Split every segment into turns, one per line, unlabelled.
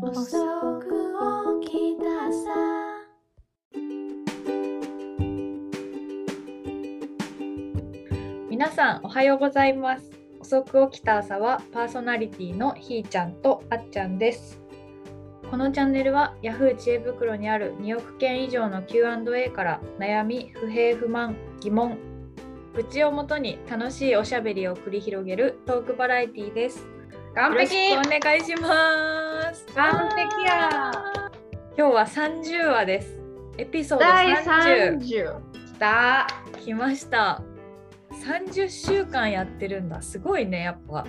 遅く起きたさ
皆さんおはようございます遅く起きた朝はパーソナリティのひーちゃんとあっちゃんですこのチャンネルは Yahoo 知恵袋にある2億件以上の Q&A から悩み不平不満疑問愚痴をもとに楽しいおしゃべりを繰り広げるトークバラエティです
完
よろしくお願いします
完璧や
今日は30話ですエピソード
第
30
30きた、
来ました30週間やってるんだすごいねやっぱ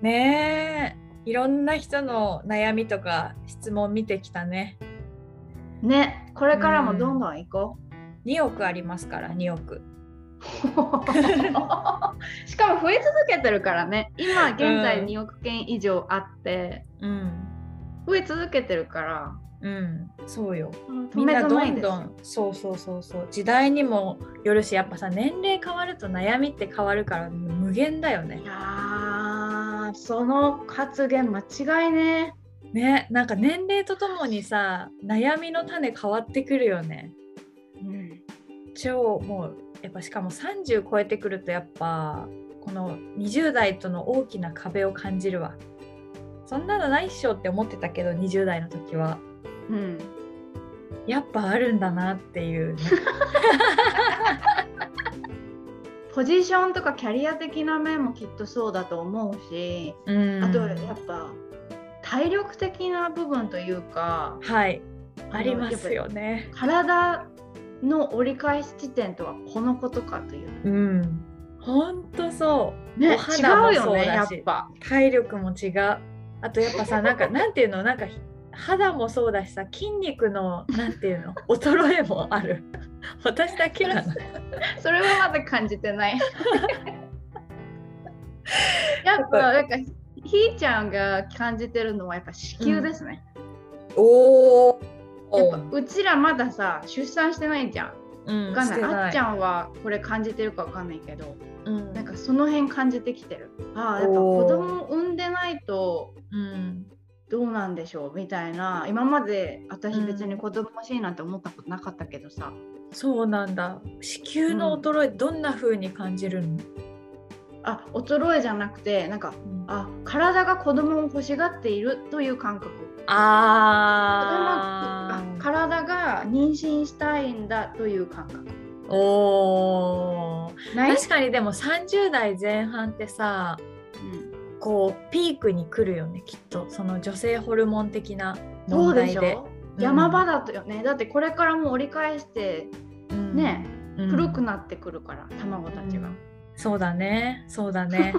ねえいろんな人の悩みとか質問見てきたね
ねこれからもどんどん行こ
2億ありますから2億
う、 しかも増え続けてるからね今現
う
在
ん
2億件以上あって、
うん
増え続けてるから
うんそうよ
止
みん
め
な
づ
ど
らい
ん
です
どんそうそうそうそう時代にもよるしやっぱさ年齢変わると悩みって変わるから無限だよね
いやーその発言間違いね
ねなんか年齢とともにさ悩みの種変わってくるよね
うん
超もうやっぱしかも30超えてくるとやっぱこの20代との大きな壁を感じるわそんなのないっしょって思ってたけど20代の時は
うん
やっぱあるんだなって いうね、
ポジションとかキャリア的な面もきっとそうだと思うし、あとやっぱ体力的な部分というか
はい
の
ありますよね
体の折り返し地点とはこのことかという
うんほんとそう
ね
お肌も
違うよね
そう
や
だ
っ
し
ぱ
体力も違うあとやっぱさ なんかなんていうのなんか肌もそうだしさ筋肉のなんていう の衰えもある私だけなの
それはまだ感じてない やっぱなんかひーちゃんが感じてるのはやっぱ子宮ですね、
おお
やっぱうちらまださ出産してないじゃん
う
わ
ん
かんないあっち
ん、
ゃんはこれ感じてるかわかんないけど
うん、
なんかその辺感じてきてるああやっぱ子供を産んでないと
うん、
どうなんでしょうみたいな今まで私
うん
別に子供欲しいなんて思ったことなかったけどさ、
そうなんだ子宮の衰えどんな風に感じるの、
あ衰えじゃなくてなんか
うん
あ体が子供を欲しがっているという感覚子供
あ
あ体が妊娠したいんだという感覚
ーおー
ない
確かにでも30代前半ってさ
うん
こうピークに来るよねきっとその女性ホルモン的な
そ
問
うで
題
し
で
ょ、山場だとよねだってこれからもう折り返して
うん
ね、
うん
黒くなってくるから卵たちが、
そうだねそうだ ね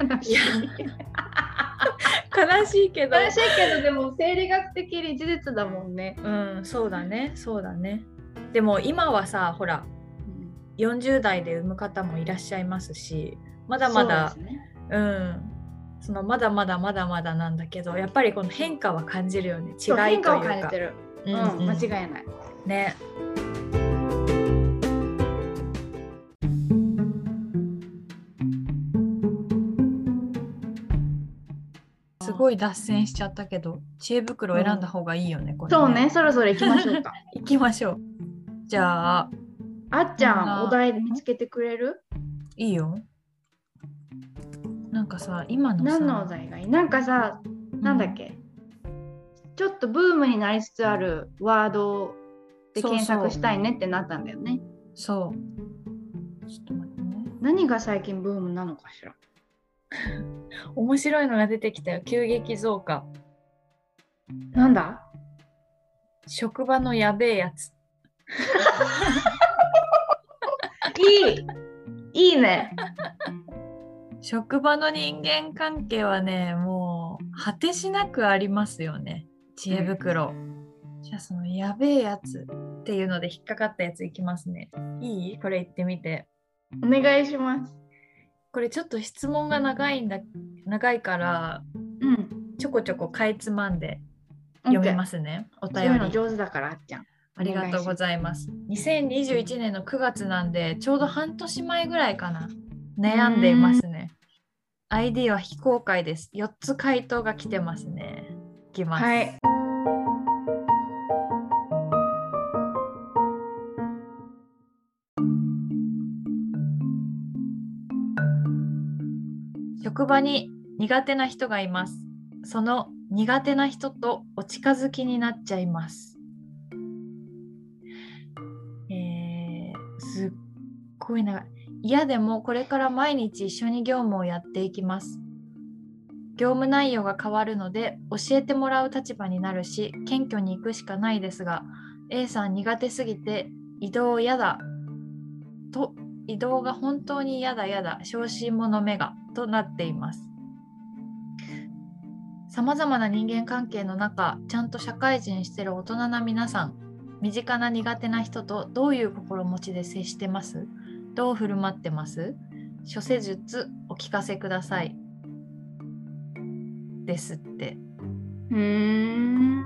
悲しい
いや悲しいけど
悲しいけどでも生理学的に事実だもんね、
うんそうだねそうだねでも今はさほら40代で産む方もいらっしゃいますしまだまだ
そうですね
う,、んそのまだまだまだまだなんだけどやっぱりこの変化は感じるよね違
そう
い
変
と
化
い
を感
う
じ
か
てる、
う
うんん
うん
間違いない
ねすごい脱線しちゃったけど知恵袋選んだ方がいいよね、これ
そうねそろそろ行きましょ うか
行きましょうじゃあ
あっち
そん
ゃん
な
お題見つけてくれる
いいよ。なんかさ、今のさ、
何のお題がいいなんかさなんだっけ、ちょっとブームになりつつあるワードで検索したいねってなったんだよね
うんそう。ちょっと待ってね。
何が最近ブームなのかしら
面白いのが出てきたよ。急激増加。
なんだ
職場のやべえやつ。
いいいいね
職場の人間関係はね、もう果てしなくありますよね。知恵袋。じゃあそのやべえやつっていうので引っかかったやついきますね。いいこれ言ってみて。
お願いします
これちょっと質問が長いんだ、長いから、
うん
ちょこちょこかいつまんで読みますすね。お
そういう
便
の
り。
上手だからあっちゃん
ありがとうございます。2021年の9月なんで、ちょうど半年前ぐらいかな。悩んでいますね。ID は非公開です。4つ回答が来てますね。きます。
はい。
職場に苦手な人がいます。その苦手な人とお近づきになっちゃいます。えー、すっごい長い。嫌でもこれから毎日一緒に業務をやっていきます。業務内容が変わるので教えてもらう立場になるし謙虚に行くしかないですが A さん苦手すぎて移動嫌だと移動が本当に嫌だ嫌だ小心者目がとなっていますさまざまな人間関係の中ちゃんと社会人してる大人な皆さん身近な苦手な人とどういう心持ちで接してますどう振る舞ってます諸施術お聞かせくださいですって
うーん。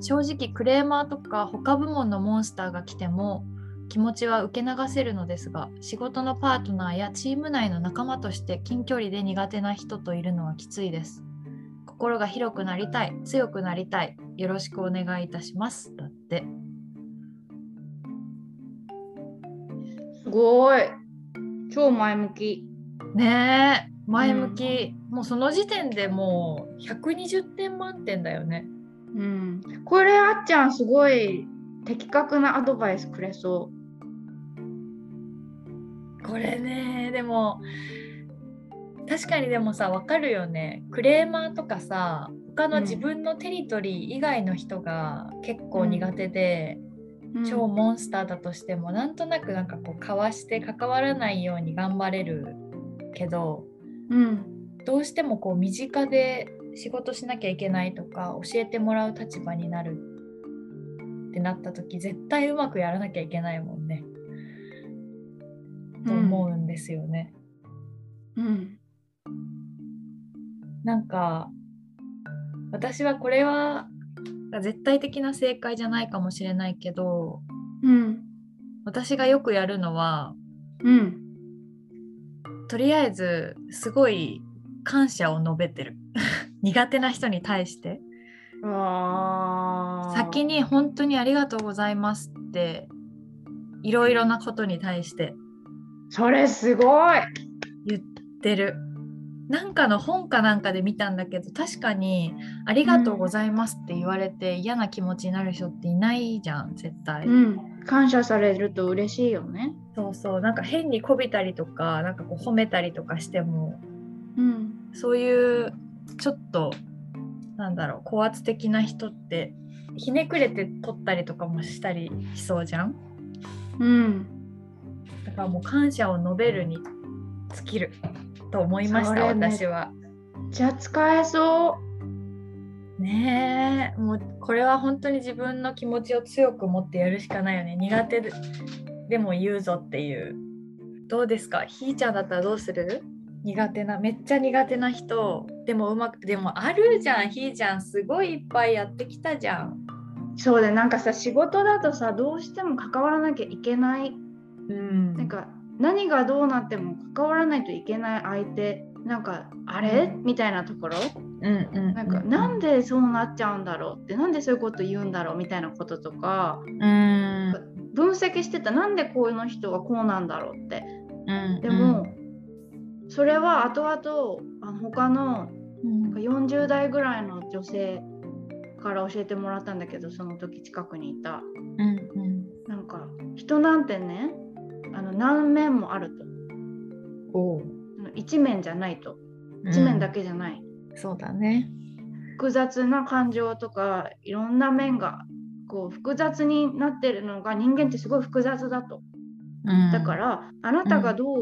正直クレーマーとか他部門のモンスターが来ても気持ちは受け流せるのですが仕事のパートナーやチーム内の仲間として近距離で苦手な人といるのはきついです心が広くなりたい強くなりたいよろしくお願いいたしますだって
すごい。超前向き。
ねえ前向き、もうその時点でもう120点満点だよね
うん。これあっちゃんすごい的確なアドバイスくれそ
これねでも確かにでもさ分かるよねクレーマーとかさ他
う
の
ん
自分のテリトリー以外の人が結構苦手で、
う。うん
超モンスターだとしてもなんとなくなんかこうかわして関わらないように頑張れるけど
うん。
どうしてもこう身近で仕事しなきゃいけないとか教えてもらう立場になるってなった時絶対うまくやらなきゃいけないもんね、と思うんですよね。
うん。
なんか私はこれは絶対的な正解じゃないかもしれないけど
うん。
私がよくやるのは
うん。
とりあえずすごい感謝を述べてる 苦手な人に対して
ああ。
先に本当にありがとうございますっていろいろなことに対して
それすごい。
言ってるなんかの本かなんかで見たんだけど確かに「ありがとうございます」って言われて嫌な気持ちになる人っていないじゃん絶対。
うん。感謝されると嬉しいよね。
そうそうなんか変にこびたりとかなんかこう褒めたりとかしても
うん。
そういうちょっとなんだろう高圧的な人ってひねくれて取ったりとかもしたりしそうじゃん
うん。
だからもう感謝を述べるに尽きると思いまし
そ
た
れね
私は。
じゃあ使えそ
ねえもうこれは本当に自分の気持ちを強く持ってやるしかないよね苦手ででも言うぞっていうどうですかひーちゃんだったらどうする苦手なめっちゃ苦手な人でもうまくでもあるじゃんひーちゃんすごいいっぱいやってきたじゃん
う。そうでなんかさ仕事だとさどうしても関わらなきゃいけない
うん
なんか何がどうなっても関わらないといけない相手なんかあれみたいなところ
うんうん
なんかなんでそうなっちゃうんだろうってなんでそういうこと言うんだろうみたいなこととか
うん
分析してたなんでこの人がこうなんだろうって
うん
でも、それは後々あの他の
うん
なんか40代ぐらいの女性から教えてもらったんだけどその時近くにいた
うんうん
なんか人なんてねあの何面もあると
おう
その一面じゃないと一面だけじゃない、
うんそうだね
複雑な感情とかいろんな面がこう複雑になってるのが人間ってすごい複雑だとだからら、あなたがどう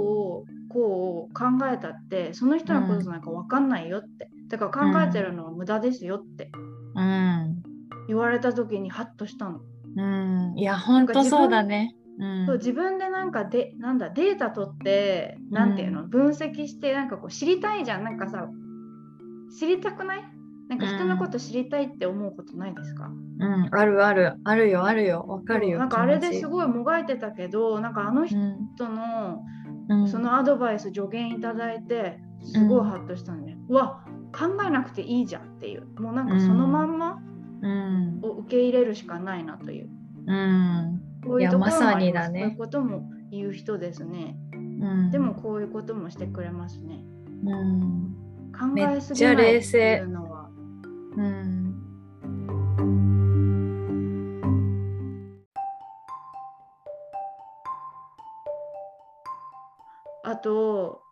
こう考えたってその人のことなんか分かんないよってだから考えてるのは無駄ですよって
うん
言われた時にハッとしたの。
うん、いや本当そうだね。うん
そう自分でなんかでなんだデータ取ってなんていうの、分析してなんかこう知りたいじゃんなんかさ知りたくないなんか人のこと知りたいって思うことないですか、
うん、あるあるあるよあるよわかるよ。
なんかあれです
ご
ごいもがいてたけどなんかあの
い、
人の
うん
そのアドバイス助言いただいてすごいハッとしたんで、うわ考えなくていいじゃんっていうもうなんかそのまんま
うん
を受け入れるしかないなという、
うん
こういうところもあります
まさにだね
こういうことも言う人ですね
うん
でもこういうこともしてくれますね
うん
考えすぎないっていうのは
うん
あと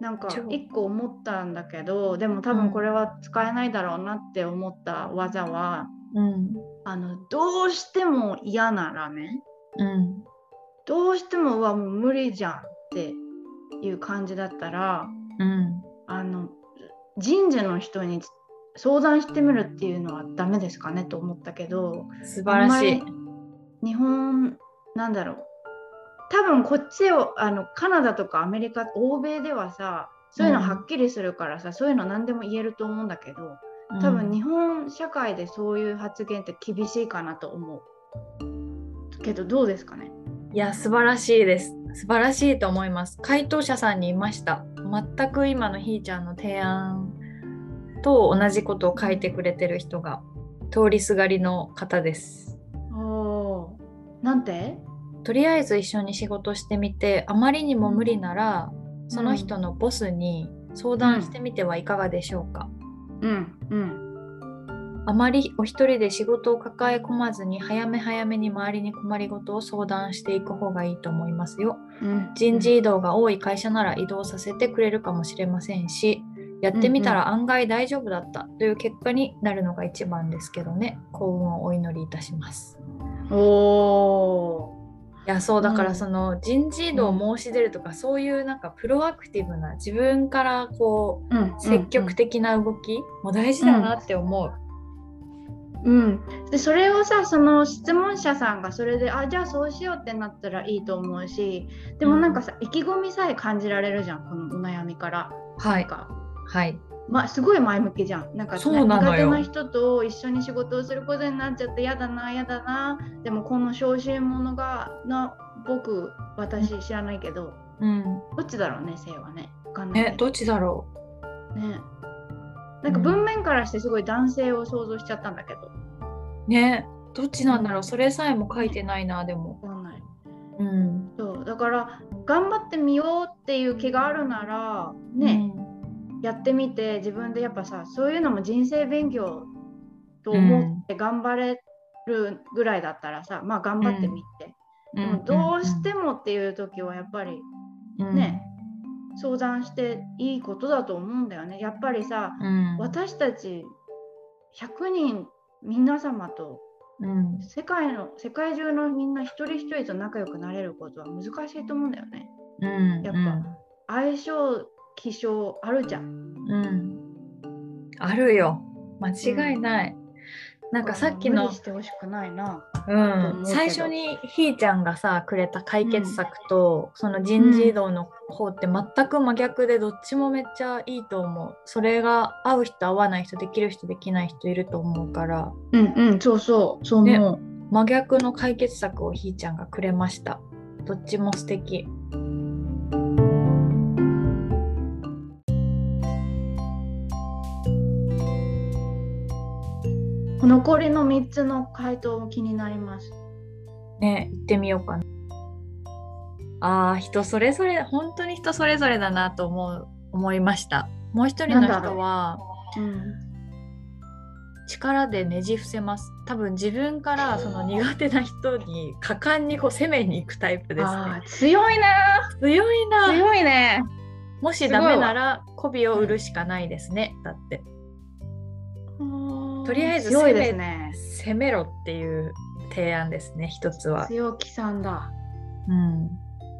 なんか
超
一個思ったんだけどでも多分これは使えないだろうなって思った技は、
うん
あのどうしても嫌ならね
うん
どうしてもうわもう無理じゃんっていう感じだったら
うん
あの神社の人に相談してみるっていうのはダメですかねと思ったけど
素晴らし
あ
い
んまり日本なんだろう多分こっちをあのカナダとかアメリカ欧米ではさそういうのはっきりするからさ、そういうの何でも言えると思うんだけど多分日本社会でそういう発言って厳しいかなと思うけどどうですかね
いや素晴らしいです素晴らしいと思います回答者さんにいました全く今のひーちゃんの提案と同じことを書いてくれてる人が通りすがりの方です
おーなんて
とりあえず一緒に仕事してみてあまりにも無理ならその人のボスに相談してみてはいかがでしょうか、
うんうん
あまりお一人で仕事を抱え込まずに早め早めに周りに困りごとを相談していく方がいいと思いますよ
うん
人事異動が多い会社なら移動させてくれるかもしれませんしやってみたら案外大丈夫だったという結果になるのが一番ですけどね幸運をお祈りいたします
お
いやそうだか
うん
らその人事異動を申し出るとか、そういうなんかプロアクティブな自分からこ
ー、うん
う積極的な動きも大事だなって思う、
うん、でそれをさその質問者さんがそれであじゃあそうしようってなったらいいと思うしでもなんかさ、意気込みさえ感じられるじゃんこのお悩みから。
は
なん
い
か
はい
まあ、すごい前向きじゃんなんか、
そうなの
苦
よ
手な人と一緒に仕事をすることになっちゃって嫌だな嫌だなでもこの小心者がな僕私知らないけど
うん
どっちだろうね性はねわかんない
え
けど
どっちだろ
ねなんか文面からしてすごい男性を想像しちゃったんだけど
うねどっちなんだろうそれさえも書いてないなでも
わかんない
うん
そうだから頑張ってみようっていう気があるならね、やってみて自分でやっぱさそういうのも人生勉強と思って頑張れるぐらいだったらさ、まあ頑張ってみて、
うん、
でもどうしてもっていう時はやっぱり
も
ね、相談していいことだと思うんだよねやっぱりさ
うん
私たち100人皆様と
うん、
世界の世界中のみんな一人一人と仲良くなれることは難しいと思うんだよね。
うん、
やっぱ相性気象あるじゃん。
うん、うんあるよ間違いない、なんかさっき
無
の
理、してほしくないな。
うん
思うけど
最初にひーちゃんがさくれた解決策と、その人事異動の方って全く真逆でどっちもめっちゃいいと思うそれが合う人合わない人できる人できない人いると思うから
うんうんそうそうそう思う。
真逆の解決策をひーちゃんがくれましたどっちも素敵
残りの3つの回答も気になります。
ね行ってみようかなあー人それぞれ本当に人それぞれだなと思う思いましたもう一人の
なんだろ
人
う
は
うん
力でねじ伏せます多分自分からその苦手な人に果敢にこう攻めに行くタイプです
あ
ね
ー強いな
強いな
強いね。
もしダメなら媚びを売るしかないですねだってとりあえず
強いで
攻
す
め
ね。
攻めろっていう提案ですね一つは、
強気さんだ。
うん、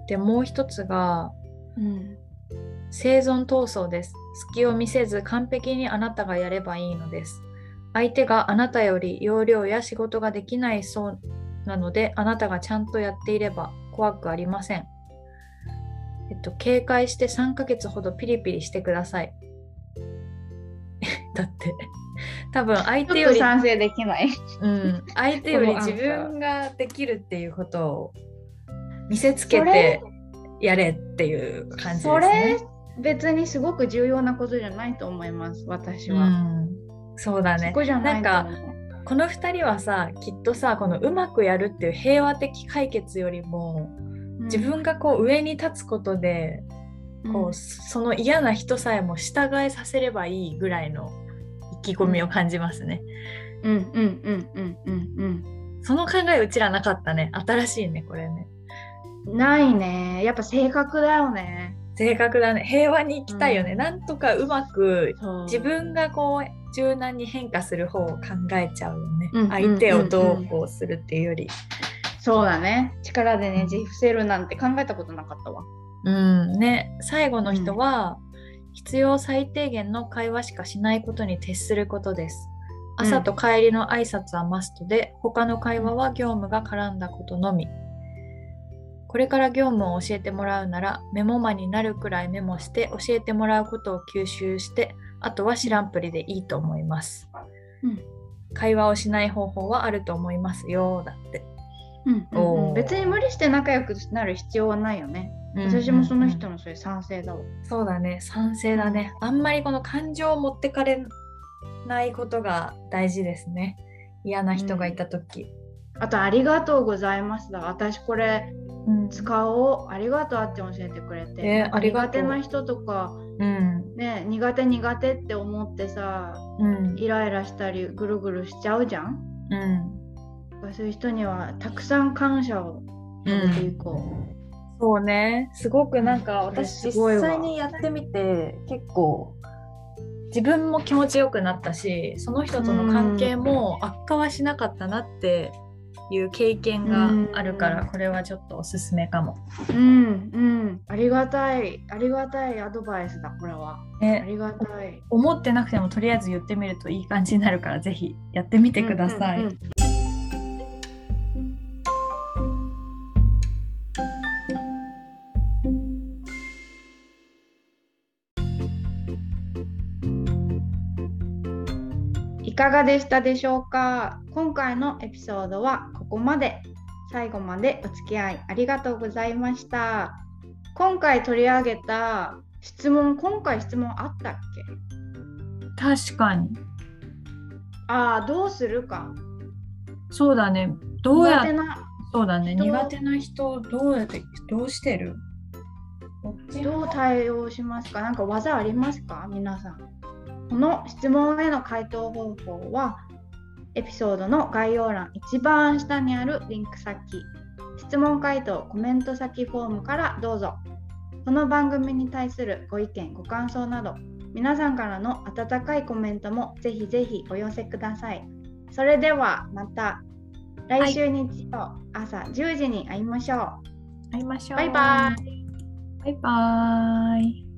でもう一つが
うん。
生存闘争です。隙を見せず完璧にあなたがやればいいのです。相手があなたより容量や仕事ができないそうなので、あなたがちゃんとやっていれば怖くありません。えっと、警戒して3ヶ月ほどピリピリしてください。 だって、多分相手
ちょ
よ
っと
り、
賛成できない。
うん、相手より
このアンサ
自
ー
分ができるっていうことを見せつけてやれっていう感じですね。
それ別にすごく重要なことじゃないと思います私
う
は、
ん、そうだ
そ
ね
こじゃない
なん
と思う
この2人はさきっとさこのうまくやるっていう平和的解決よりも
うん
自分がこう上に立つことでこうその嫌な人さえも従えさせればいいぐらいの意気込みを感じますね。
うんうんうんうんうん
その考えうちらなかったね新しいねこれね
うんないねやっぱ性格だよね
正確だね平和に行きたいよね、なんとかうまく
そう
自分がこう柔軟に変化する方を考えちゃうよね、
うん
相手をどうこうするっていうより
そうだね力でねじ伏せるなんて考えたことなかったわ
うんね最後の人は、必要最低限の会話しかしないことに徹することです
うん
朝と帰りの挨拶はマストで、他の会話は業務が絡んだことのみこれから業務を教えてもらうならメモマになるくらいメモして教えてもらうことを吸収してあとは知らんぷりでいいと思います、
うん
会話をしない方法はあると思いますよだって、
うんうんうん
おー
別に無理して仲良くなる必要はないよね、私もその人のそれ賛成だわ
そうだね賛成だねあんまりこの感情を持ってかれないことが大事ですね嫌な人がいた時、
あと「ありがとうございますだ」私これ
うん
使おうありがとうあって教えてくれて、
えー
なんか
ありが
苦
とう
手な人とか
うん
ね苦手苦手って思ってさ
うん
イライラしたりぐるぐるしちゃうじゃん
うん
そういう人にはたくさん感謝を述べていこう、
そうねすごくなんか
うん
私
それすごい
実
わ
際にやってみて結構自分も気持ちよくなったしその人との関係も悪化はしなかったなっていう経験があるから
うん
これはちょっとおすすめかも。
うん、うんありがたいありがたいアドバイスだこれはあ
ね
りがたい
思ってなくてもとりあえず言ってみるといい感じになるからぜひやってみてください。
うんうんうんいかがでしたでしょうか今回のエピソードはここまで最後までお付き合いありがとうございました今回取り上げた質問今回質問あったっけ
確かに
ああどうするか
そうだねどうや
苦手
っ
な
そうだね
人
苦手な人どうやってどうしてる
どう対応しますかなんか技ありますか皆さん。この質問への回答方法はエピソードの概要欄一番下にあるリンク先質問回答コメント先フォームからどうぞこの番組に対するご意見ご感想など皆さんからの温かいコメントもぜひぜひお寄せくださいそれではまた来週日曜朝10時に会いましょう、
会いましょう
バイバイ
バイバイ